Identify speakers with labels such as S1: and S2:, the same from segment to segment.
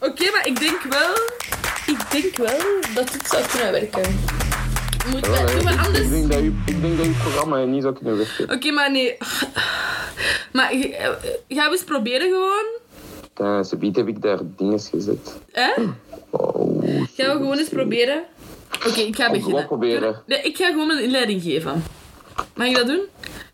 S1: maar ik denk wel... Ik denk wel dat dit zou kunnen werken. Moet
S2: Ja,
S1: wel
S2: nee,
S1: doen, maar
S2: ik-
S1: anders...
S2: ik,
S1: Oké,
S2: denk dat je, ik denk dat je programma niet zou kunnen werken.
S1: maar nee. Maar eh, eh, gaan we eens proberen gewoon?
S2: Ja, Eh, ze biedt heb ik daar dingen gezet.
S1: Hè?
S2: Oh,
S1: Gaan we gewoon eens proberen? Oké, ik ga
S2: gewoon
S1: beginnen.
S2: proberen.
S1: Nee, ik ga gewoon mijn inleiding geven. Mag ik dat doen?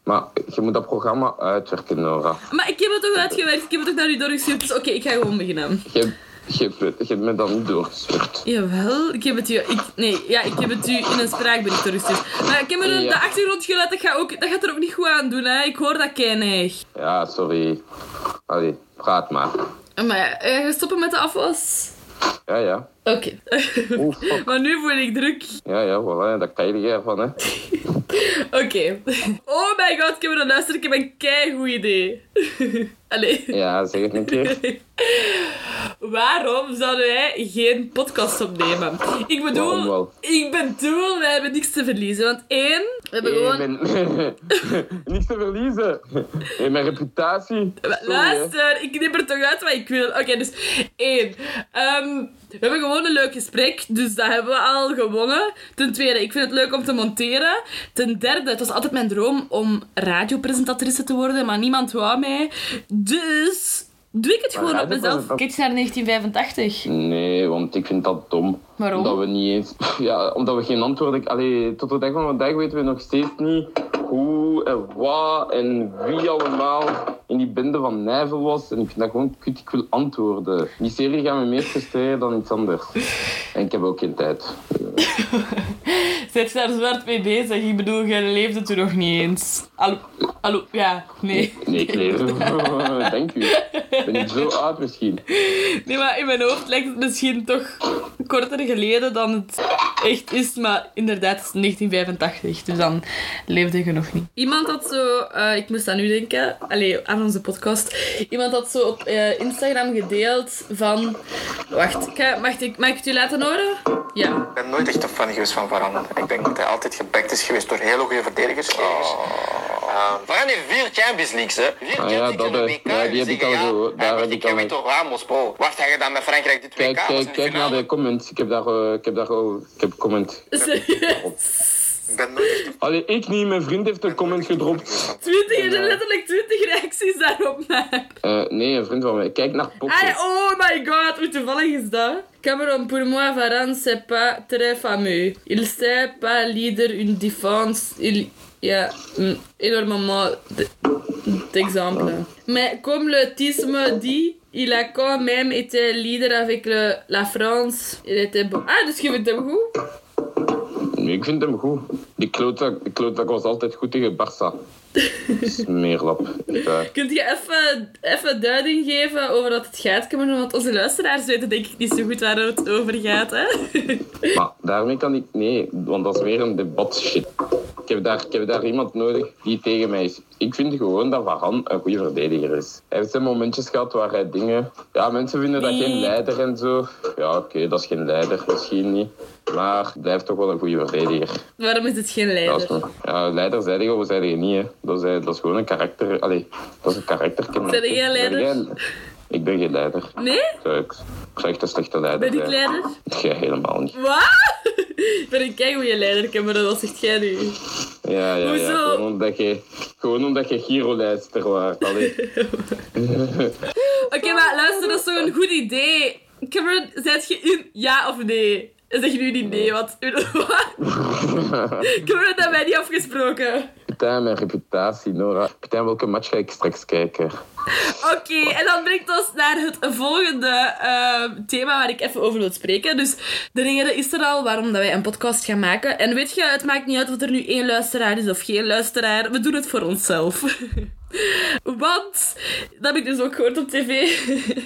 S2: Maar je moet dat programma uitwerken, Nora.
S1: Maar ik heb het toch uitgewerkt, ik heb het toch naar u doorgestuurd, dus oké, ik ga gewoon beginnen.
S2: Je, hebt- je, hebt het- je hebt me dan niet doorgestuurd.
S1: Jawel, ik heb het u... Ik, nee, ja, ik heb het u in een spraakbericht doorgestuurd. Maar Cameron,
S2: Ja.
S1: de achtergrondgeluid, dat gaat, ook, dat gaat er ook niet goed aan doen, hè. Ik hoor dat keinig.
S2: Ja, sorry. Allee, praat maar.
S1: Maar eh, gaan we stoppen met de afwas?
S2: Ja, ja.
S1: Oké.
S2: Oeh, fuck.
S1: maar nu voel ik druk.
S2: Ja, ja, voilà. Dat krijg je ervan, hè.
S1: Oké. Oh my god, Cameron, luister, ik heb een keigoed idee. Allee.
S2: Ja, zeg het een keer.
S1: Waarom zouden wij geen podcast opnemen? Ik
S2: Waarom
S1: bedoel,
S2: wel?
S1: ik bedoel, wij hebben niks te verliezen. Want één, we hebben
S2: Ik
S1: gewoon...
S2: ben... Niks te verliezen. Hey, mijn reputatie. Sorry, hè.
S1: Luister, ik knip er toch uit wat ik wil. Oké, dus één. ehm, we hebben gewoon een leuk gesprek, dus dat hebben we al gewonnen. Ten tweede, ik vind het leuk om te monteren. Ten derde, het was altijd mijn droom om radiopresentatrice te worden, maar niemand wou mij. Dus doe ik het gewoon op mezelf.
S2: radiopresentatrice-
S1: Kijk eens naar 1985.
S2: Nee, want ik vind dat dom.
S1: Waarom?
S2: Omdat we niet eens... Ja, omdat we geen antwoorden... Allee, tot de dag van vandaag weten we nog steeds niet hoe en wat en wie allemaal in die bende van Nijvel was. En ik vind dat gewoon kut. Ik wil antwoorden. Die serie gaat me meer frustreren dan iets anders. En ik heb ook geen tijd.
S1: Zet je daar zwart mee bezig? Ik bedoel, je leefde toen nog niet eens. Hallo, hallo, ja, nee.
S2: Nee, ik leef. Dank u. Ben ik zo oud misschien?
S1: Nee, maar in mijn hoofd lijkt het misschien toch korter geleden dan het echt is. Maar inderdaad, het is 1985, dus dan leefde je nog niet. Iemand had zo, eh, ik moest aan u denken, allee, aan onze podcast. Iemand had zo op eh, Instagram gedeeld van... Wacht, ik ga- mag ik, mag ik het u laten horen? Ja.
S3: Ik ben nooit echt een fan geweest van Varane. Ik denk dat hij altijd gebackt is geweest door hele goede verdedigers.
S2: Oh.
S3: Ehm, Varane heeft vier Champions Leagues, hè. Vier
S2: Ah, ja,
S3: Champions
S2: dat,
S3: League en
S2: eh,
S3: een WK.
S2: ja, die heb
S3: Ze
S2: ik
S3: zeggen,
S2: al
S3: ja,
S2: gehoord. Daar
S3: hij
S2: heb
S3: moet
S2: ik
S3: die
S2: al-
S3: Kevito Ramos, Paul. Wacht, hij gedaan met Frankrijk dit WK.
S2: Kijk,
S3: was in
S2: kijk,
S3: de
S2: kijk naar
S3: finale.
S2: de comments. Ik heb daar, eh, ik heb daar al... Ik heb comment.
S3: Ik ben nooit echt een
S2: Allee, ik niet. Mijn vriend heeft een comment gedropt.
S3: fan geweest
S1: 20, er zijn letterlijk 20 reacties daarop, maar...
S2: Eh, nee, een vriend van mij. Kijk naar Poco.
S1: Ah, oh my god, hoe toevallig is dat? Cameron, pour moi, Varane, c'est pas très fameux. Il sait pas leader une défense. Il y a mm, énormément de- d'exemples. Mais comme le tisme dit, il a quand même été leader avec le- la France. Il était bon. Ah, dus je vindt hem goed?
S2: Nee, ik vind hem goed. Die klootzak, die klootzak was altijd goed tegen Barça. Smeerlap. Ja.
S1: Kunt je even, even duiding geven over wat het gaat, Cameron? Want onze luisteraars weten denk ik niet zo goed waar het over gaat, hè?
S2: Maar daarmee kan ik... Nee, want dat is weer een debat shit. Ik heb, daar, ik heb daar iemand nodig die tegen mij is. Ik vind gewoon dat Varane een goede verdediger is. Hij heeft zijn momentjes gehad waar hij dingen... Ja, mensen vinden dat geen leider en zo. Ja, oké, dat is geen leider. Misschien niet. Maar hij blijft toch wel een goede verdediger.
S1: Waarom is het geen
S2: Ja,
S1: leider?
S2: is goed. ja, leider zei je of zei je niet, hè. Dat is, eh, dat is gewoon een karakter... Allee, dat is een karakterkenmerk.
S1: Zijn jij leider?
S2: Ben jij- Ik ben geen leider.
S1: Nee?
S2: Zou Ik, ik zou echt een slechte leider
S1: Ben ik
S2: zijn.
S1: leider?
S2: Jij helemaal niet.
S1: Wat? Ik ben een keigoeie leider, Cameron. Wat zegt jij nu?
S2: Ja, ja, ja.
S1: Hoezo?
S2: Gewoon omdat je, gewoon omdat je giroleider waart. Allee.
S1: Oké, maar luister, dat is toch een goed idee. Cameron, zet je in ja of nee? En Zeg nu niet nee, want... Wat? Cameron, dat hebben wij niet afgesproken.
S2: Putain, mijn reputatie, Nora. Putain, welke match ga ik straks kijken?
S1: Oké, en dan brengt ons naar het volgende ehm, thema waar ik even over wil spreken. Dus de reden is er al waarom dat wij een podcast gaan maken. En weet je, het maakt niet uit of er nu één luisteraar is of geen luisteraar. We doen het voor onszelf. Want, dat heb ik dus ook gehoord op tv.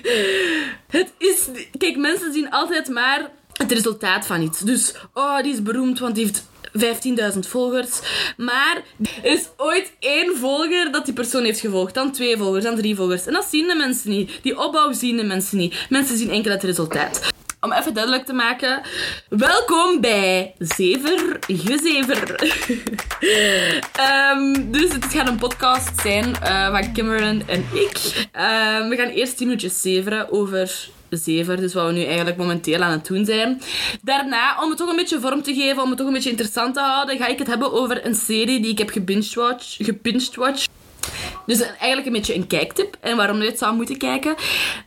S1: het is... Kijk, mensen zien altijd maar het resultaat van iets. Dus, oh, die is beroemd, want die heeft... 15.000 volgers. Maar er is ooit één volger dat die persoon heeft gevolgd. Dan twee volgers, dan drie volgers. En dat zien de mensen niet. Die opbouw zien de mensen niet. Mensen zien enkel het resultaat. Om even duidelijk te maken. Welkom bij Zever Gezever. Ehm, dus het gaat een podcast zijn eh, van Cameron en ik. Ehm, we gaan eerst 10 minuutjes zeveren over Zever, dus wat we nu eigenlijk momenteel aan het doen zijn. Daarna, om het toch een beetje vorm te geven, om het toch een beetje interessant te houden, ga ik het hebben over een serie die ik heb gebinged-watch. Gebinged-watch. Dus een- eigenlijk een beetje een kijktip en waarom je het zou moeten kijken.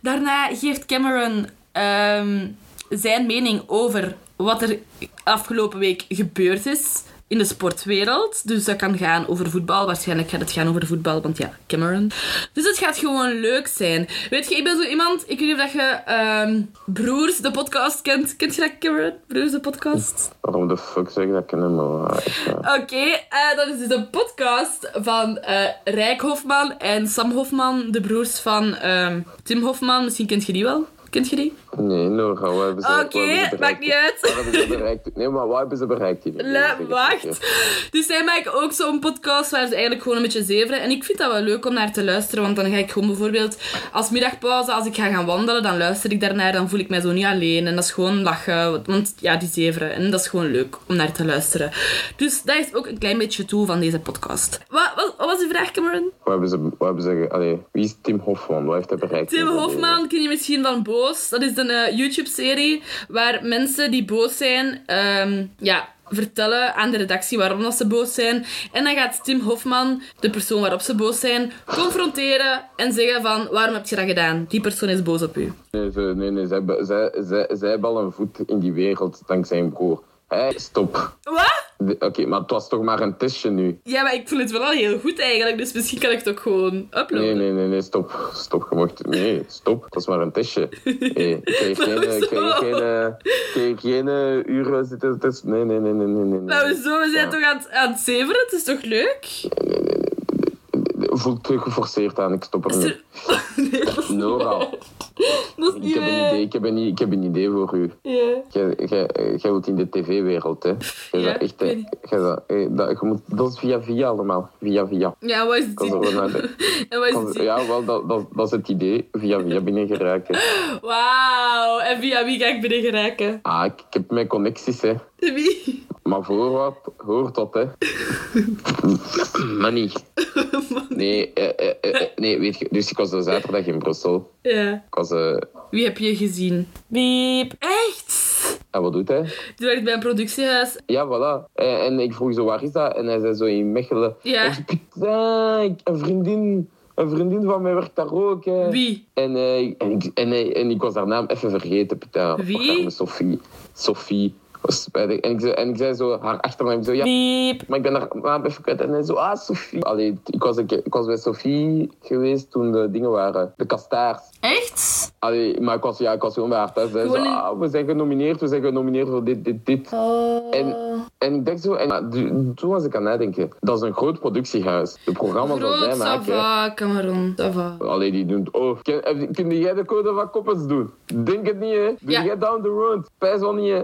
S1: Daarna geeft Cameron ehm, zijn mening over wat er afgelopen week gebeurd is in de sportwereld. Dus dat kan gaan over voetbal. Waarschijnlijk gaat het gaan over voetbal, want ja, Cameron. Dus het gaat gewoon leuk zijn. Weet je, ik ben zo iemand, ik weet niet of dat je ehm, Broers, de podcast kent. Kent je dat, Cameron? Broers, de podcast?
S2: Waarom de fuck zeg ik dat kennen, maar... echt, ja.
S1: Oké, eh, dat is dus een podcast van eh Rijk Hofman en Sam Hofman, de broers van ehm, Tim Hofman. Misschien kent je die wel? Kent je die?
S2: Nee, Nora, wat hebben ze
S1: Oké,
S2: wat hebben ze bereikt?
S1: maakt niet uit.
S2: Wat hebben ze bereikt? Nee, maar wat hebben ze bereikt hier? Nee, dat
S1: La,
S2: weet ik
S1: wacht.
S2: niet.
S1: Dus zij maken ook zo'n podcast waar ze eigenlijk gewoon een beetje zeveren. En ik vind dat wel leuk om naar te luisteren. Want dan ga ik gewoon bijvoorbeeld als middagpauze, als ik ga gaan wandelen, dan luister ik daarnaar. Dan voel ik mij zo niet alleen. En dat is gewoon lachen. Want ja, die zeveren. En dat is gewoon leuk om naar te luisteren. Dus dat is ook een klein beetje toe van deze podcast. Wat, wat, wat was de vraag, Cameron?
S2: Wat hebben ze... Wat hebben ze allee, wie is Tim Hofman? Wat heeft hij bereikt?
S1: Tim
S2: in zijn
S1: Hofman ken je misschien van Boos. Dat is een eh, YouTube-serie waar mensen die boos zijn, ehm, ja, vertellen aan de redactie waarom dat ze boos zijn. En dan gaat Tim Hofman, de persoon waarop ze boos zijn, confronteren en zeggen van waarom heb je dat gedaan? Die persoon is boos op u.
S2: leven? Nee, ze, nee, nee. Zij, hebben- zij, zij, zij hebben al een voet in die wereld dankzij zijn broer. Hé, stop.
S1: Wat?
S2: De- Oké, maar het was toch maar een testje nu?
S1: Ja, maar ik voel het wel al heel goed eigenlijk, dus misschien kan ik het ook gewoon uploaden.
S2: Nee, nee, nee, nee, stop. Stop, je mocht... Nee, stop. Het was maar een testje. Hé, ik kreeg geen... Ik kreeg geen, eh, ik kreeg geen eh, uren zitten testen. Nee, nee, nee, nee, nee, nee.
S1: Maar
S2: nee.
S1: hoezo? we zijn toch aan het, aan het zeveren? Het is toch leuk?
S2: Voelt te geforceerd aan. Ik stop er
S1: Is
S2: nu.
S1: er- Nee, dat is niet
S2: Nora.
S1: waar. Dat is
S2: Ik
S1: niet
S2: heb, een
S1: waar.
S2: idee, ik, heb een, i- ik heb een idee voor u.
S1: Ja.
S2: Jij jij- jij wilt in de tv-wereld, hè? Jij
S1: Ja,
S2: bent echt,
S1: ik
S2: hè?
S1: weet niet.
S2: Jij bent- eh, dat, je moet, dat is via via allemaal. Via via.
S1: Ja, wat is het?
S2: Kan
S1: idee?
S2: zo wel naar de-
S1: En wat is het? idee?
S2: Ja, wel, dat, dat, dat is het idee. Via via binnengeraakt. hè.
S1: Wauw, en via wie ga ik binnen geraken?
S2: Ah, ik, ik heb mijn connecties, hè.
S1: Wie?
S2: Maar voor wat? Hoor dat, hè. Money. Nee, eh, eh, eh, eh, nee, weet je. Dus ik was de zaterdag in Brussel.
S1: Ja.
S2: Ik was... eh,
S1: Wie heb je gezien? Wiep. Echt?
S2: en wat doet hij?
S1: Die werkt bij een productiehuis.
S2: Ja, voilà. En, en ik vroeg zo, waar is dat? En hij zei zo in Mechelen.
S1: Ja.
S2: En ik zei, "Putain, ik- een vriendin, een vriendin van mij werkt daar ook. Hè.
S1: Wie?
S2: En, eh, en, ik, en, hij- en ik was haar naam even vergeten, putain.
S1: Wie?
S2: Arme Sophie. Sophie. Was spijtig. En ik, zei, en ik zei zo, haar achternaam, ik zo, ja,
S1: Wiep.
S2: maar ik ben haar naam even kwijt. En hij zo, ah, Sophie. Allee, ik was, een keer- ik was bij Sophie geweest toen de dingen waren, de kastaars.
S1: Echt?
S2: Allee, maar ik was, ja, ik was gewoon bij haar thuis. Zei
S1: Gewoon
S2: zo,
S1: in-
S2: ah, we zijn genomineerd, we zijn genomineerd voor dit, dit, dit.
S1: Oh.
S2: En,
S1: Eh.
S2: en ik dacht zo, en, maar du- toen was ik aan het nadenken. Dat is een groot productiehuis. De programma's dat
S1: Groot,
S2: zij
S1: ça
S2: maken.
S1: va, Cameron, ça va.
S2: Allee, die doen. Oh, ken, heb- kun jij de code van Koppens doen? Denk het niet, hè? Doe
S1: Ja.
S2: jij down the road? Spijs wel niet, hè?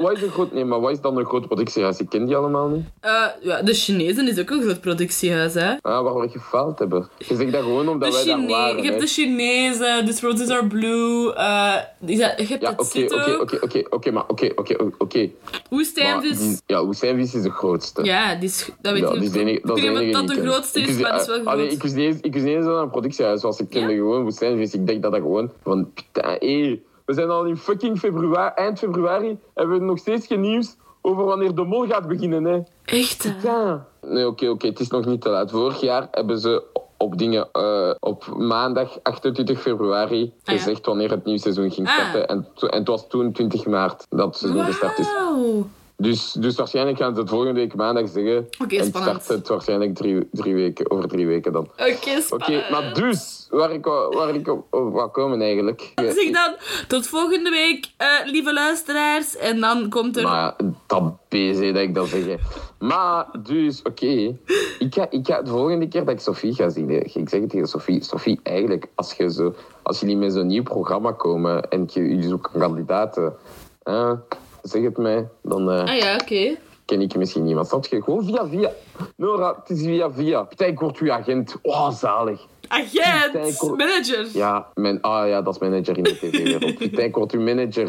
S2: wat is een groot. Nee, maar wat is dan een groot productiehuis? Ik ken die allemaal niet.
S1: Eh, ja, de Chinezen is ook een groot productiehuis, hè?
S2: Ah, waarom we gefaald hebben? Je zegt dat gewoon omdat
S1: De
S2: wij daar
S1: Chinezen,
S2: waren.
S1: je hebt
S2: hè.
S1: de Chinezen, The Roses Are Blue, eh, is dat- je hebt
S2: Ja,
S1: het
S2: oké,
S1: zit
S2: oké,
S1: ook.
S2: oké, oké, oké, maar oké, oké, oké. Maar die-
S1: Woestijnvis.
S2: Ja, Oesijnvis is de grootste.
S1: Ja, die is, dat weet
S2: Ja,
S1: ik
S2: die
S1: niet.
S2: is de enige,
S1: ik
S2: dat is
S1: weet
S2: de enige
S1: niet of dat
S2: die ik
S1: de
S2: ken.
S1: grootste
S2: Ik
S1: is,
S2: wist-
S1: maar dat is wel
S2: ah, nee,
S1: groot.
S2: ik wist niet eens, ik wist niet eens dat dat een productiehuis was. Ik kende
S1: Ja?
S2: gewoon woestijnvis. Ik denk dat dat gewoon van... Putain, hé, we zijn al in fucking februari, eind februari. Hebben we nog steeds geen nieuws over wanneer de mol gaat beginnen, hè.
S1: Echt, hè?
S2: Ja. Nee, oké, oké. Het is nog niet te laat. Vorig jaar hebben ze op dingen... eh, op maandag 28 februari
S1: Ah, ja.
S2: gezegd wanneer het nieuwe seizoen ging
S1: Ah.
S2: starten. En, to- en het was toen 20 maart dat het seizoen gestart is.
S1: Wauw.
S2: Dus, dus waarschijnlijk gaan ze het volgende week maandag zeggen.
S1: Oké,
S2: en
S1: spannend.
S2: start het waarschijnlijk drie, drie weken, over drie weken dan. Oké,
S1: Oké, spannend.
S2: maar dus, waar ik, wa- waar ik op, op wou komen eigenlijk.
S1: Zeg Dus dan, tot volgende week, eh, lieve luisteraars. En dan komt er...
S2: Maar dat bezig dat ik dat zeg. hè. Maar dus, oké. Ik, ga, ik ga de volgende keer dat ik Sophie ga zien. hè, Ik zeg het tegen Sophie. Sophie, eigenlijk, als, je zo, als jullie met zo'n nieuw programma komen en je, jullie zoeken kandidaten, hè, zeg het mij. Dan, eh,
S1: Ah ja, oké.
S2: ken ik misschien iemand. Snap je? Gewoon via via. Nora, het is via via. Putain, ik word uw agent. Oh, zalig.
S1: Agent,
S2: Tijn Cor-
S1: manager.
S2: Ja, mijn, ah ja, dat is manager in de tv-wereld. Tijn wordt uw manager.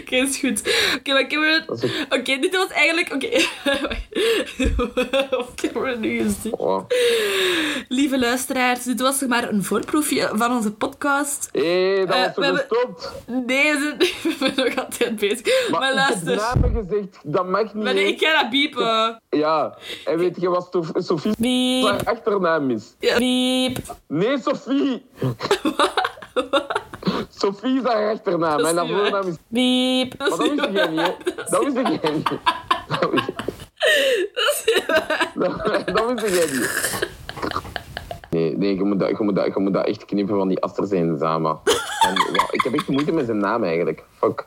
S1: Oké, is goed. Oké, maar Cameron...
S2: Dat
S1: Oké,
S2: is ook-
S1: dit was eigenlijk... Oké. Of Cameron nu is dit.
S2: Oh.
S1: Lieve luisteraars, dit was nog maar een voorproefje van onze podcast.
S2: Hé,
S1: Eh,
S2: dat
S1: we
S2: was er
S1: hebben-
S2: gestopt.
S1: Nee, we zijn, we zijn nog altijd bezig. Maar,
S2: Ik
S1: luister.
S2: heb namen gezegd, dat mag niet.
S1: Maar nee, ik ga dat piepen.
S2: Ja, en weet je wat Sof- Sophie
S1: Biep.
S2: haar achternaam is?
S1: Ja, Biep.
S2: Nee, Sophie! Sophie is haar achternaam
S1: Dat is
S2: en haar
S1: niet waar.
S2: voornaam is...
S1: Biep.
S2: Maar
S1: Dat
S2: dat
S1: is
S2: wist
S1: niet
S2: jij niet,
S1: waar.
S2: hè? Dat wist jij niet. Dat wist-
S1: Dat is niet waar.
S2: Dat, dat wist jij niet. Nee, nee je, moet dat, je, moet dat, je moet dat echt knippen van die Aster zijn Zama. En, ja, ik heb echt moeite met zijn naam eigenlijk. Fuck.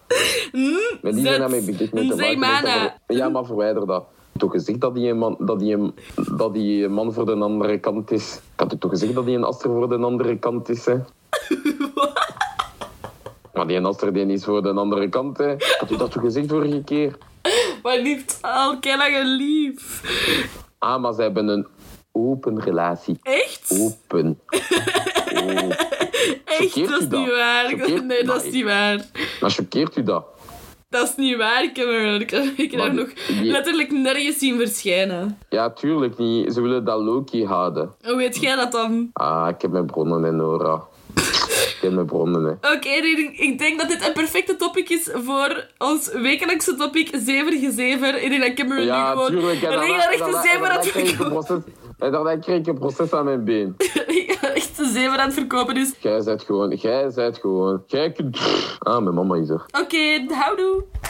S2: Met die
S1: Hmm?
S2: zijn
S1: Zet.
S2: naam heb ik echt moeite.
S1: Zeg
S2: maar ik moet dus dat
S1: maar,
S2: ver- Ja, maar verwijder dat. Ik heb toch gezegd dat die, man, dat, die, dat die man voor de andere kant is. Ik had u toch gezegd dat die een Aster voor de andere kant is, hè? Maar die Aster die is voor de andere kant, hè? Ik had u dat toch gezegd vorige keer?
S1: Maar niet al keihard lief.
S2: Ah, maar ze hebben een open relatie.
S1: Echt?
S2: Open. Oh. Open.
S1: Echt,
S2: choqueert
S1: dat
S2: u
S1: is
S2: dat?
S1: niet waar.
S2: Choqueert-
S1: Nee, dat is
S2: maar-
S1: niet waar.
S2: Maar choqueert u dat?
S1: Dat is niet waar, Cameron. Ik heb ik heb
S2: Maar
S1: hem nog
S2: die-
S1: letterlijk nergens zien verschijnen.
S2: Ja, tuurlijk niet. Ze willen dat Loki houden.
S1: Hoe weet jij dat dan?
S2: Ah, ik heb mijn bronnen, hè, Nora. ik heb mijn bronnen, hè.
S1: Oké, Redding, ik denk dat dit een perfecte topic is voor ons wekelijkse topic Zever gezever. Ik denk dat Cameron
S2: Ja,
S1: nu gewoon
S2: tuurlijk. En daarna,
S1: regelrecht
S2: daarna-
S1: een zever
S2: daarna
S1: aan het
S2: kreeg ik een
S1: verkopen
S2: proces, en daarna kreeg ik een proces aan mijn been.
S1: regelrecht een zever aan het verkopen is.
S2: Jij bent gewoon... Jij bent gewoon... Jij kunt... Ah, mijn mama is er.
S1: Oké, houdoe.